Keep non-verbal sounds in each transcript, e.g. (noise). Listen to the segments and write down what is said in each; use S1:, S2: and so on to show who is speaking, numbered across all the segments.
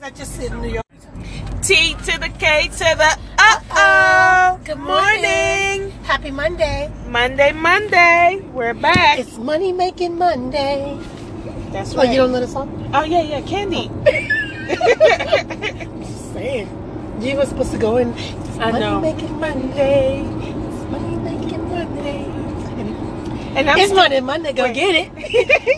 S1: I just sit in New York.
S2: T to the K to the uh oh.
S1: Good morning. Happy Monday.
S2: Monday, Monday. We're back.
S1: It's Money Making Monday.
S2: That's
S1: Oh, you don't know the song?
S2: Oh yeah, yeah, candy.
S1: Just saying. You were supposed to go in. It's
S2: I
S1: Money
S2: know.
S1: Making Monday. It's Money Making Monday.
S2: And I'm
S1: It's
S2: still,
S1: Money Monday. Go
S2: Wait.
S1: get it.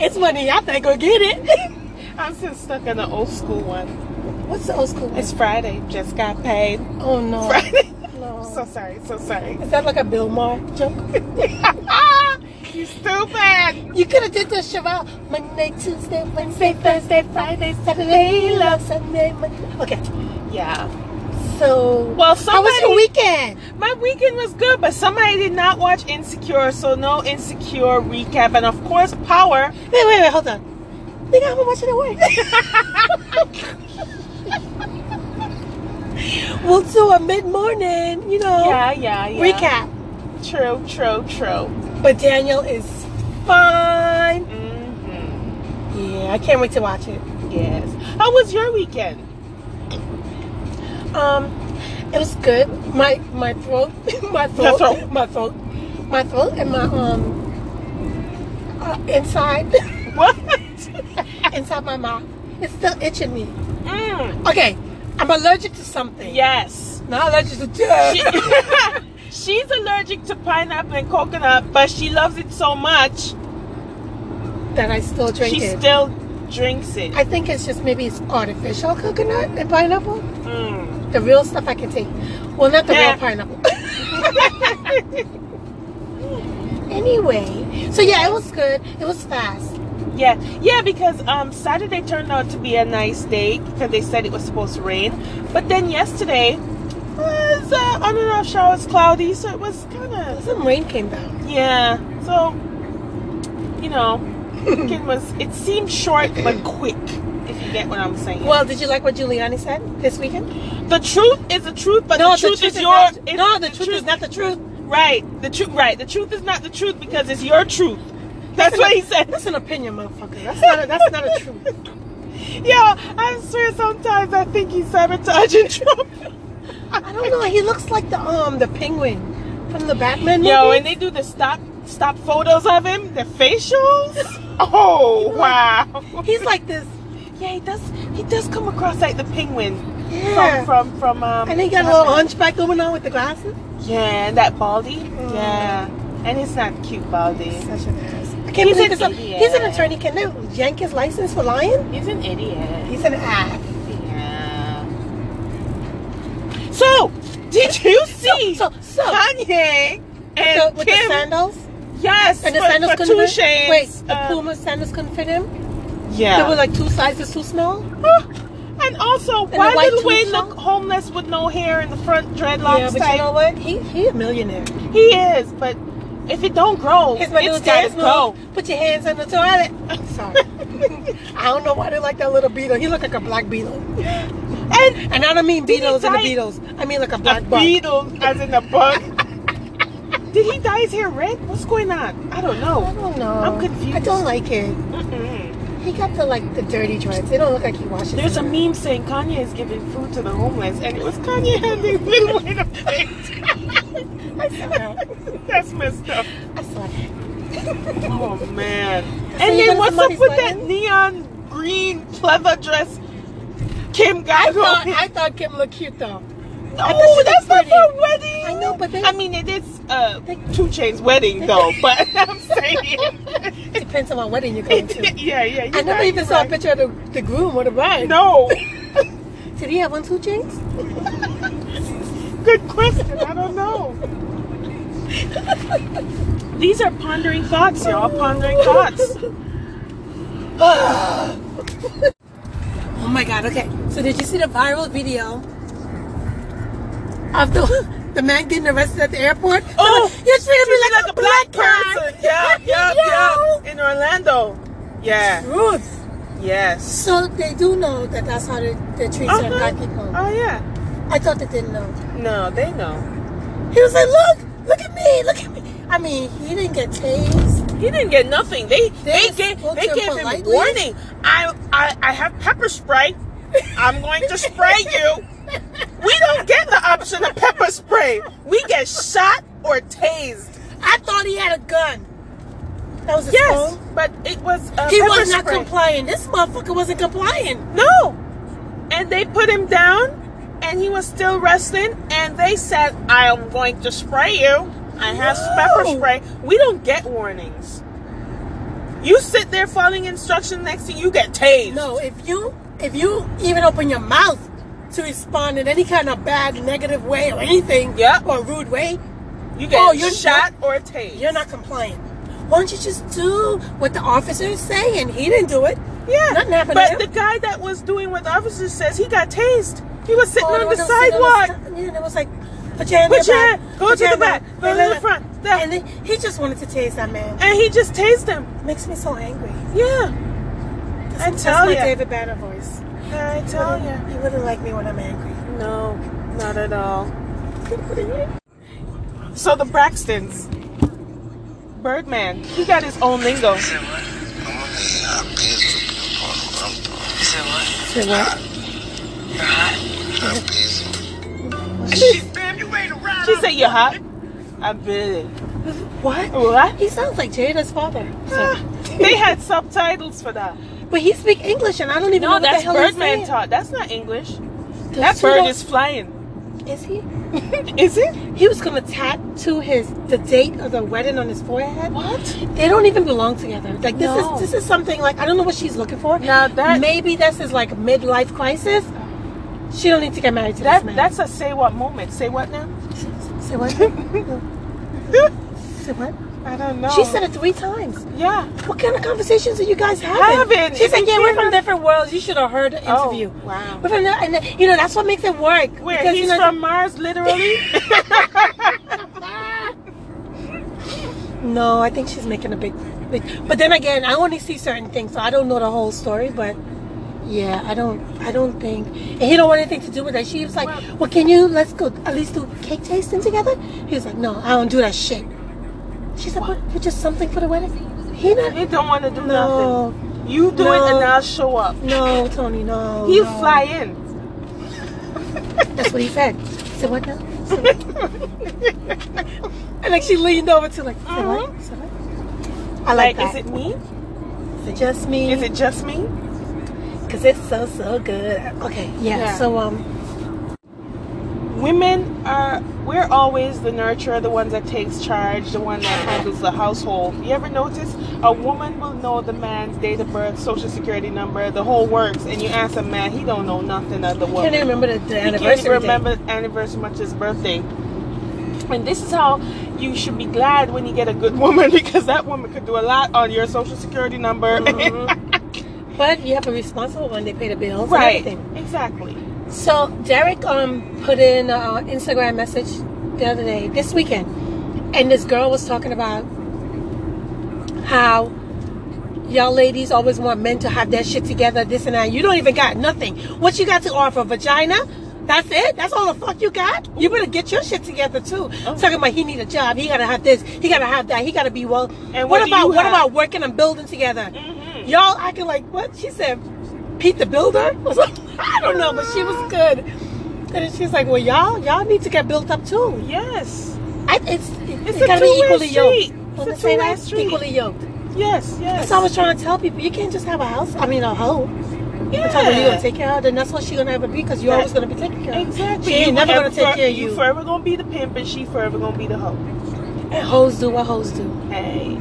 S1: it's Money. I think go get it.
S2: (laughs) I'm still stuck on the old school one.
S1: What's the old school? one?
S2: It's Friday. Just got paid.
S1: oh no.
S2: Friday. (laughs)
S1: No.
S2: so sorry. So sorry. (laughs)
S1: Is that like a Bill Maher joke?
S2: you stupid.
S1: You could have did this, Chevelle. Monday, Tuesday, Wednesday, Thursday, Friday, Saturday, love Sunday. Monday. Okay,
S2: Yeah.
S1: so
S2: Well,
S1: how was
S2: somebody-
S1: your weekend?
S2: My weekend was good, but somebody did not watch Insecure, so no Insecure recap. And of course, Power.
S1: Wait, wait, wait, hold on. Think I'm watching it
S2: (laughs)
S1: work. (laughs) we'll do a mid morning, you know,
S2: Yeah, yeah, yeah.
S1: recap.
S2: True, true, true.
S1: But Daniel is fine.
S2: hmm
S1: Yeah, I can't wait to watch it.
S2: Yes. How was your weekend?
S1: Um, it was good. My my throat, (laughs) my throat,
S2: throat.
S1: my throat, my throat, and my um uh, inside, (laughs)
S2: What?
S1: inside my mouth. It's still itching me.
S2: Mm,
S1: Okay, I'm allergic to something.
S2: yes.
S1: not allergic to (laughs)
S2: She, (laughs) she's allergic to pineapple and coconut, but she loves it so much,
S1: that I still drink
S2: she
S1: it.
S2: still drinks it.
S1: I think it's just maybe it's artificial coconut and pineapple.
S2: Mm. (laughs)
S1: The real stuff I can take. Well, not the
S2: Yeah.
S1: real pineapple. (laughs) anyway, so yeah, it was good. It was fast.
S2: Yeah, yeah, because um, Saturday turned out to be a nice day because they said it was supposed to rain, but then yesterday was uh, on and off showers, cloudy, so it was kind of
S1: Some rain came down.
S2: yeah. So you know, it was it seemed short but quick. If you get what I'm saying.
S1: Well, did you like what Giuliani said this weekend?
S2: the truth is the truth, but the, truth is, your
S1: not,
S2: is-
S1: no. The, truth, is not the truth.
S2: right. The truth, right? The truth is not the truth because it's your truth. That's what he said.
S1: That's an opinion, motherfucker. (laughs) That's not. A, that's not a (laughs)
S2: (laughs)
S1: truth.
S2: Yo, I swear sometimes I think he's sabotaging (laughs) Trump.
S1: I don't know. He looks like the um the penguin from the Batman movie.
S2: Yo, and they do the stop stop photos of him, the facials. (laughs) Oh wow.
S1: he's like this.
S2: yeah, he does he does come across like the penguin
S1: Yeah.
S2: from from from um
S1: and he got a little hunchback going on with the glasses.
S2: Yeah, and that baldy.
S1: Mm.
S2: Yeah. And it's not cute baldy.
S1: Such an ass. I can't
S2: He's
S1: believe
S2: an
S1: this.
S2: idiot.
S1: He's an attorney. Can they yank his license for lying?
S2: He's an idiot.
S1: He's an ass.
S2: Yeah. So,
S1: (laughs)
S2: did you see
S1: So so.
S2: Kanye and
S1: with the, with the
S2: Kim?
S1: sandals
S2: yes,
S1: and the
S2: for,
S1: sandals
S2: for
S1: couldn't
S2: two
S1: fit.
S2: shades.
S1: Wait, the
S2: uh,
S1: Puma sandals couldn't fit him.
S2: Yeah.
S1: They were like two sizes too small.
S2: And also,
S1: the
S2: why
S1: white
S2: did Wayne
S1: tooth
S2: look homeless with no hair in the front dreadlocks
S1: but you
S2: type?
S1: know what? He he a millionaire.
S2: he is, but if it don't grow,
S1: Here's my
S2: it's
S1: little
S2: there
S1: dance
S2: to go.
S1: move. Put your hands on
S2: (laughs)
S1: the toilet. I'm sorry. I don't know why they like that little beetle. He look like a black beetle.
S2: And
S1: And I don't mean
S2: Did he
S1: beetles and the
S2: dye-
S1: beetles. I mean like a
S2: a
S1: black bug.
S2: beetle, as in a bug. did he dye his hair red? What's going on? I don't
S1: I
S2: know.
S1: don't know.
S2: I'm confused.
S1: I don't like it.
S2: Mm-mm.
S1: He got the like the dirty dreads. They don't look like he washes.
S2: There's a
S1: them.
S2: meme saying Kanye is giving food to the homeless, and it was Kanye handing (laughs) little Wayne a
S1: I saw that.
S2: plate. (laughs) That's messed up.
S1: I saw that. (laughs)
S2: Oh man.
S1: So
S2: and
S1: you
S2: then
S1: got
S2: what's up
S1: somebody's
S2: with that
S1: wedding?
S2: neon green pleather dress Kim
S1: I
S2: got
S1: thought
S2: on?
S1: I thought Kim looked cute though.
S2: no,
S1: thought she looked
S2: that's not
S1: pretty.
S2: for wedding.
S1: I know, but they-
S2: I mean it is uh
S1: They-
S2: two chains wedding though, but (laughs)
S1: (laughs)
S2: I'm saying
S1: It depends on what wedding you're going (laughs) to.
S2: (laughs) Yeah, yeah,
S1: I never even saw a picture of the, the groom or the bride.
S2: No.
S1: Did he have one two chains?
S2: Good question. I don't know. These are pondering thoughts, y'all. Pondering (laughs) thoughts.
S1: Oh my god, okay. So did you see the viral video of the the (laughs) man getting arrested at the airport?
S2: Oh,
S1: you're treating me like,
S2: like a black
S1: guy.
S2: person.
S1: (laughs)
S2: Yeah, (laughs) yeah,
S1: Yo.
S2: yeah. In Orlando. Yeah.
S1: Ruth.
S2: Yes.
S1: So they do know that that's how they, they treat certain
S2: Uh-huh.
S1: black people.
S2: Oh yeah.
S1: I thought they didn't know.
S2: No, they know.
S1: He was like, look, look at me, look at me. I mean, he didn't get tased.
S2: He didn't get nothing. They they,
S1: just
S2: gave
S1: spoke
S2: they
S1: to him
S2: gave him
S1: politely.
S2: warning. I I I have pepper spray. I'm going to (laughs) spray you. We don't get the option of pepper spray. We get shot or tased.
S1: I thought he had a gun. That was his
S2: Yes,
S1: phone.
S2: but it was uh,
S1: He
S2: pepper
S1: was not
S2: spray.
S1: complying. This motherfucker wasn't complying.
S2: No. And they put him down, and he was still wrestling. And they said, "I am going to spray you. I have pepper
S1: No.
S2: spray. We don't get warnings. You sit there following instruction. Next thing you get tased.
S1: No, if you if you even open your mouth to respond in any kind of bad, negative way or anything,
S2: Yep.
S1: or rude way,
S2: you get
S1: Oh, you're
S2: shot or tased.
S1: you're not complying. Why don't you just do what the officer is saying? He didn't do it.
S2: Yeah,
S1: Nothing happened to
S2: But
S1: him.
S2: the guy that was doing what the officer says, he got tased. He was sitting
S1: Oh,
S2: on the
S1: they were sitting
S2: sidewalk.
S1: on the si- yeah, and it was like, put your hand in
S2: Put
S1: the
S2: your
S1: back,
S2: hand- go
S1: put
S2: to
S1: your
S2: the
S1: hand
S2: back,
S1: in
S2: go to
S1: and
S2: the front, there.
S1: And then he just wanted to tase that man.
S2: and he just tased him.
S1: makes me so angry.
S2: Yeah,
S1: That's,
S2: I
S1: that's
S2: tell
S1: my
S2: ya.
S1: David Banner voice.
S2: I tell you.
S1: He wouldn't like me when I'm angry.
S2: No, not at all. So the Braxtons, Birdman, he got his own lingo.
S3: said what?
S4: I'm busy. I'm,
S3: You said what?
S2: Say what?
S3: You're hot?
S4: I'm busy.
S3: She, babe, you ain't around.
S2: She said you're hot. I bet. (laughs) (laughs)
S1: What?
S2: What?
S1: He sounds like Jada's father.
S2: Ah, they had subtitles for that.
S1: But he speaks English and I don't even know
S2: No,
S1: what
S2: that's
S1: the hell he's
S2: Birdman
S1: saying.
S2: talk. That's not English.
S1: Does
S2: That
S1: he
S2: bird
S1: know-
S2: is flying.
S1: Is he?
S2: (laughs) Is it?
S1: He was gonna tattoo his the date of the wedding on his forehead.
S2: What?
S1: They don't even belong together. Like this
S2: No.
S1: is this is something like I don't know what she's looking for.
S2: Now that-
S1: maybe that's his like midlife crisis. She don't need to get married to
S2: That
S1: this man.
S2: that's a say what moment. Say what (laughs) now? (laughs)
S1: say what? say what?
S2: I don't know.
S1: She said it three times.
S2: Yeah.
S1: What kind of conversations are you guys having?
S2: Having.
S1: She said,
S2: If you
S1: "Yeah, we're
S2: can't-
S1: from different worlds. You should have heard the
S2: Oh,
S1: interview.
S2: wow.
S1: We're from the, and the- you know that's what makes it work.
S2: Where
S1: because, you
S2: he's
S1: know,
S2: from Mars, literally.
S1: No, I think she's making a big, big. But then again, I only see certain things, so I don't know the whole story. But yeah, I don't, I don't think, and he don't want anything to do with that. She was like,
S2: Well-
S1: "Well, can you let's go at least do cake tasting together?" He was like, "No, I don't do that shit." She said, "But, but just something for the wedding." He not.
S2: he don't want to do
S1: No.
S2: nothing. You do it,
S1: No.
S2: and I'll show up.
S1: No, Tony, no.
S2: He'll
S1: Oh, no.
S2: fly in.
S1: That's what he said. He said, what now? Said what?
S2: (laughs)
S1: and like she leaned over to like, "Said what? Said what?" I like,
S2: Uh-huh. Like, is
S1: that.
S2: it me?
S1: Is it just me?
S2: Is it just me?
S1: Cause it's so so good. Okay, yeah.
S2: Yeah.
S1: So um,
S2: Women are. We're always the nurturer, the ones that takes charge, the one that handles the household. You ever notice a woman will know the man's date of birth, social security number, the whole works, and you ask a man, he don't know nothing of the
S1: I
S2: woman.
S1: can't even remember the,
S2: He
S1: the anniversary.
S2: can't even
S1: date.
S2: remember anniversary much his birthday. And this is how you should be glad when you get a good (laughs) woman because that woman could do a lot on your social security number.
S1: Mm-hmm.
S2: (laughs)
S1: But you have a responsible one. They pay the bills
S2: right.
S1: and everything.
S2: Exactly.
S1: So Derek um put in an Instagram message the other day, this weekend, and this girl was talking about how y'all ladies always want men to have their shit together, this and that. You don't even got nothing. What you got to offer? Vagina? That's it? That's all the fuck you got? You better get your shit together too.
S2: Oh.
S1: Talking about he need a job, he gotta have this, he gotta have that, he gotta be well.
S2: And what
S1: what,
S2: do
S1: about
S2: you
S1: what
S2: have? Mm-hmm.
S1: about working and building together? Y'all acting like what? She said Pete the Builder? Or something. (laughs) I don't know, but she was good. And then she's like, well, y'all, y'all need to get built up too.
S2: Yes.
S1: I, it's
S2: It's
S1: it's,
S2: a
S1: gotta be
S2: two-way
S1: equally
S2: street.
S1: yoked.
S2: It's
S1: Wanna
S2: a two-way
S1: say that?
S2: street.
S1: Equally yoked.
S2: Yes. Yes.
S1: That's what I was trying to tell people. You can't just have a house. I mean, a home.
S2: yeah.
S1: That's how you're gonna take care of. Then that's what she's gonna ever be because you're
S2: That-
S1: always gonna be taking care of.
S2: Exactly.
S1: She ain't never
S2: forever-
S1: gonna take care of
S2: You
S1: you.
S2: forever gonna be the pimp, and she forever gonna be the hoe.
S1: And hoes do what hoes do.
S2: Hey.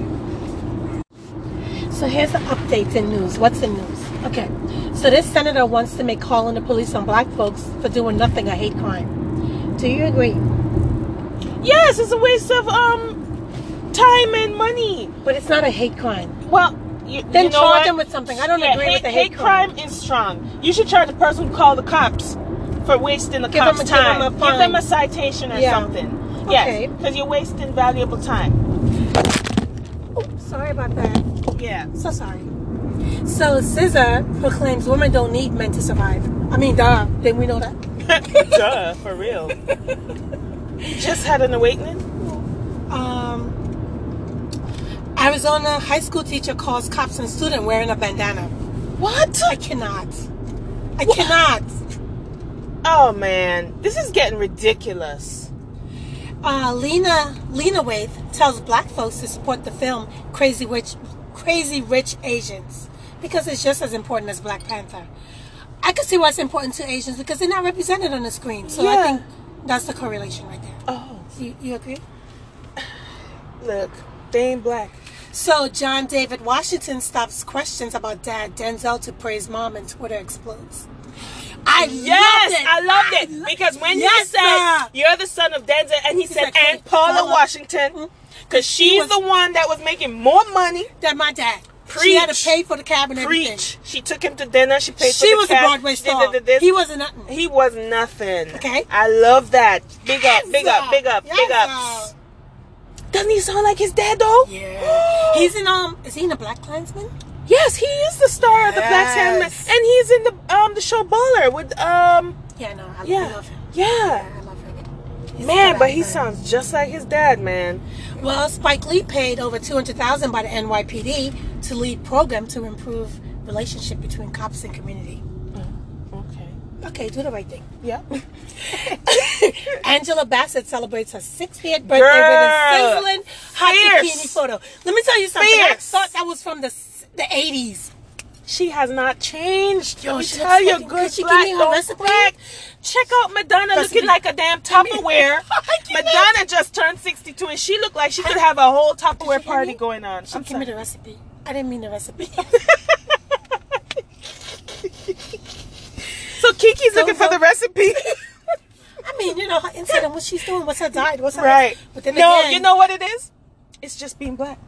S1: So here's the updates and news. What's in news? Okay. So this senator wants to make calling the police on black folks for doing nothing a hate crime. Do you agree?
S2: Yes, it's a waste of um time and money.
S1: But it's not a hate crime.
S2: Well, you,
S1: Then
S2: you know
S1: charge
S2: what?
S1: them with something. I don't
S2: Yeah,
S1: agree
S2: hate,
S1: with the hate, crime.
S2: is strong. You should charge the person who called the cops for wasting the
S1: Give
S2: cops'
S1: them a- give
S2: time.
S1: them a
S2: Give them a
S1: fine.
S2: citation or
S1: Yeah.
S2: something. Yes,
S1: Okay.
S2: because you're wasting valuable time.
S1: Oh, sorry about that.
S2: Yeah.
S1: So sorry. So SZA proclaims women don't need men to survive. I mean, duh. Didn't we know that?
S2: Duh, for real. (laughs) Just had an awakening.
S1: Um, Arizona high school teacher calls cops on student wearing a bandana.
S2: What?
S1: I cannot. I cannot.
S2: Oh man, this is getting ridiculous.
S1: Uh, Lena Lena Waithe tells black folks to support the film Crazy Rich Crazy Rich Asians because it's just as important as Black Panther. I could see why it's important to Asians because they're not represented on the screen. So I
S2: Yeah.
S1: think that's the correlation right there.
S2: Oh,
S1: You, you agree?
S2: look, they ain't black.
S1: So John David Washington stops questions about dad Denzel to praise mom and Twitter explodes. I
S2: Yes,
S1: loved it.
S2: I loved it because when
S1: Yes,
S2: you said
S1: sir.
S2: you're the son of Denzel, and he said
S1: like, hey,
S2: and Paula,
S1: Paula.
S2: Washington, because she's
S1: was-
S2: the one that was making more money.
S1: that my dad. She had
S2: Preach.
S1: to pay for the cab and
S2: Preach.
S1: everything.
S2: She took him to dinner. She paid for
S1: She
S2: the
S1: was a
S2: cab,
S1: Broadway
S2: she did-
S1: star.
S2: did this.
S1: He wasn't nothing.
S2: He was nothing.
S1: Okay.
S2: I love that. Big up,
S1: Yes,
S2: big up,
S1: sir.
S2: big up,
S1: Yes,
S2: big
S1: sir.
S2: up. Doesn't he sound like his dad though?
S1: Yeah. he's in um is he in a black Klansman?
S2: Yes, he is the star of the Black Sandman,
S1: Yes.
S2: and he's in the um the show Baller with um
S1: Yeah, no, I, I
S2: yeah
S1: love him.
S2: yeah.
S1: I love him. He's
S2: Man,
S1: good
S2: but he
S1: actor.
S2: sounds just like his dad, man.
S1: Well, Spike Lee paid over two hundred thousand by the NYPD to lead program to improve relationship between cops and community.
S2: Okay.
S1: Okay, do the right thing. (laughs)
S2: Yeah.
S1: Angela Bassett celebrates her 60th birthday with a
S2: Girl.
S1: sizzling hot
S2: Fierce.
S1: bikini photo. Let me tell you something. I
S2: Fierce.
S1: thought that was from the s- the 80s.
S2: She has not changed.
S1: Yo,
S2: Yo,
S1: she
S2: tell
S1: looks
S2: your
S1: fucking
S2: good
S1: good. She give
S2: black
S1: me her
S2: don't
S1: recipe?
S2: black. Check out Madonna
S1: Recipe.
S2: looking like a
S1: (laughs)
S2: damn Tupperware.
S1: I cannot.
S2: Madonna just turned 62 and she looked like she could have a whole Tupperware
S1: hear
S2: party
S1: me?
S2: going on.
S1: She
S2: I'm
S1: give me
S2: sorry.
S1: the recipe. I didn't mean the recipe. (laughs)
S2: So Kiki's
S1: Don't
S2: looking for
S1: go-
S2: the recipe.
S1: (laughs) I mean, you know, her insight on what she's doing, what's her diet, what's her
S2: right.
S1: But then
S2: no,
S1: again,
S2: you know what it is? It's just being black.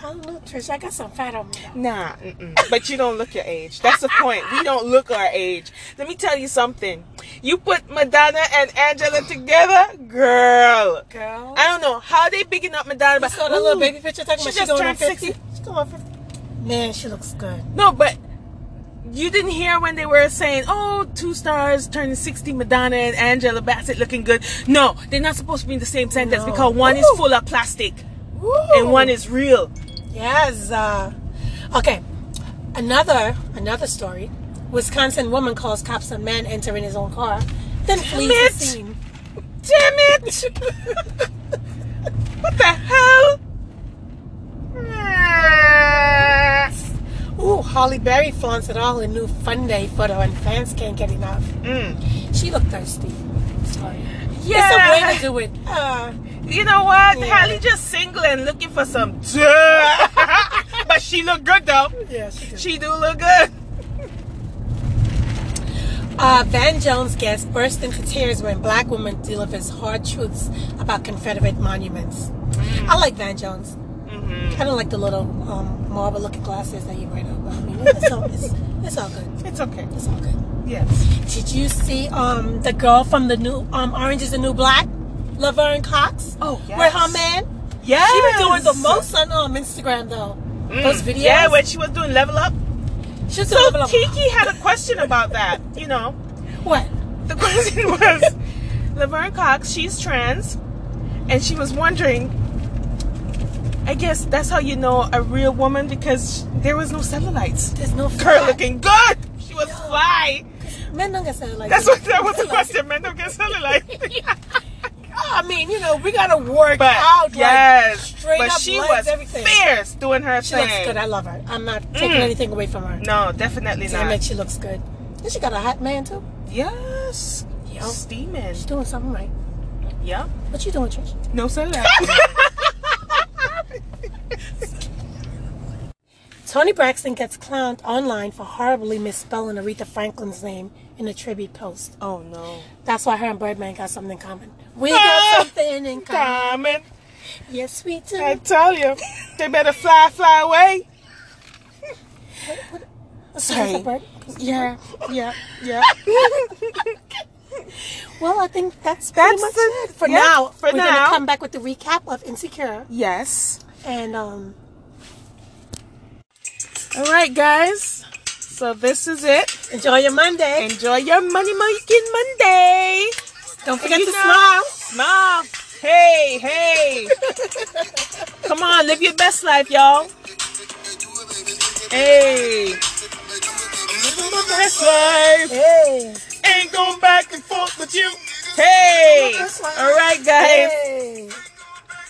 S1: I don't know, Trish. I got some fat on me. though.
S2: Nah, mm-mm. but you don't look your age. That's the point. We don't look our age. Let me tell you something. You put Madonna and Angela together, girl.
S1: Girl.
S2: I don't know how they bigging up Madonna,
S1: I
S2: but
S1: saw that little
S2: ooh,
S1: baby picture talking
S2: she
S1: about she
S2: just
S1: going on
S2: turned
S1: 50.
S2: 60.
S1: She going on 50. Man, she looks good.
S2: No, but you didn't hear when they were saying, "Oh, two stars turning sixty, Madonna and Angela Bassett looking good." No, they're not supposed to be in the same sentence
S1: No.
S2: because one is
S1: Ooh.
S2: full of plastic and one is real.
S1: Yes. Uh, okay. Another another story. Wisconsin woman calls cops on man entering his own car, then flees
S2: it.
S1: the scene.
S2: Damn it!
S1: (laughs)
S2: what the hell?
S1: Ooh, Holly Berry flaunts it all in new Fun Day photo, and fans can't get enough. She looked thirsty. Sorry. It's a way to do it. (laughs) Uh,
S2: You know what?
S1: Yeah.
S2: Halle just single and looking for some dirt. (laughs) but she look good though.
S1: yeah, she did.
S2: She do look good.
S1: Uh, Van Jones guest burst into tears when black woman delivers hard truths about Confederate monuments.
S2: Mm.
S1: I like Van Jones.
S2: Mm-hmm.
S1: I don't like the little um, marble looking glasses that you wear though. But I mean, it's all, it's, it's all good.
S2: It's okay.
S1: It's all good.
S2: Yes.
S1: Did you see um, the girl from the new um, Orange is the New Black? Laverne Cox?
S2: Oh,
S1: With her
S2: yes.
S1: man?
S2: Yes. Mm,
S1: She been doing the most on um, Instagram though. Those videos.
S2: Yeah, when she was doing level up.
S1: she's
S2: So
S1: doing
S2: Kiki had a question about that. You know,
S1: What?
S2: the question (laughs) was Laverne Cox. She's trans, and she was wondering. I guess that's how you know a real woman because there was no satellites.
S1: There's no
S2: Her
S1: flag.
S2: looking good. She was fly.
S1: Men don't get sound like
S2: That's
S1: that.
S2: what that was the question. Men don't get
S1: (laughs)
S2: cellulite.
S1: I mean, you know, we gotta work
S2: But
S1: out. like,
S2: yes,
S1: straight
S2: but
S1: up
S2: she
S1: legs,
S2: was
S1: everything.
S2: fierce doing her
S1: she
S2: thing.
S1: looks good. I love her. I'm not taking
S2: Mm.
S1: anything away from her.
S2: no, definitely
S1: Damn
S2: not.
S1: it, she looks good. And she got a hot man too.
S2: Yes,
S1: Yo.
S2: steaming.
S1: She's doing something right.
S2: Yeah,
S1: What you doing, Trish?
S2: no
S1: (laughs)
S2: cellulite.
S1: Tony Braxton gets clowned online for horribly misspelling Aretha Franklin's name in a tribute post.
S2: oh no.
S1: That's why her and Birdman got something in common. We
S2: Ah,
S1: got something in common.
S2: Diamond,
S1: Yes, we do.
S2: I tell you, they better fly, fly away.
S1: Sorry.
S2: Sorry.
S1: Yeah, yeah.
S2: Yeah,
S1: Well, I think that's pretty
S2: That's
S1: much
S2: the-
S1: it for
S2: yeah,
S1: now.
S2: for
S1: We're
S2: now.
S1: gonna come back with the recap of Insecure
S2: yes.
S1: and um.
S2: All right, guys. So this is it.
S1: Enjoy your Monday.
S2: Enjoy your money making Monday.
S1: Don't forget
S2: You
S1: to
S2: know-
S1: smile.
S2: Smile. Hey, hey. Come on, live your best life, y'all. Hey.
S4: Hey.
S2: look at this life.
S1: Hey.
S2: Ain't going back and forth with you. Hey. All right, guys.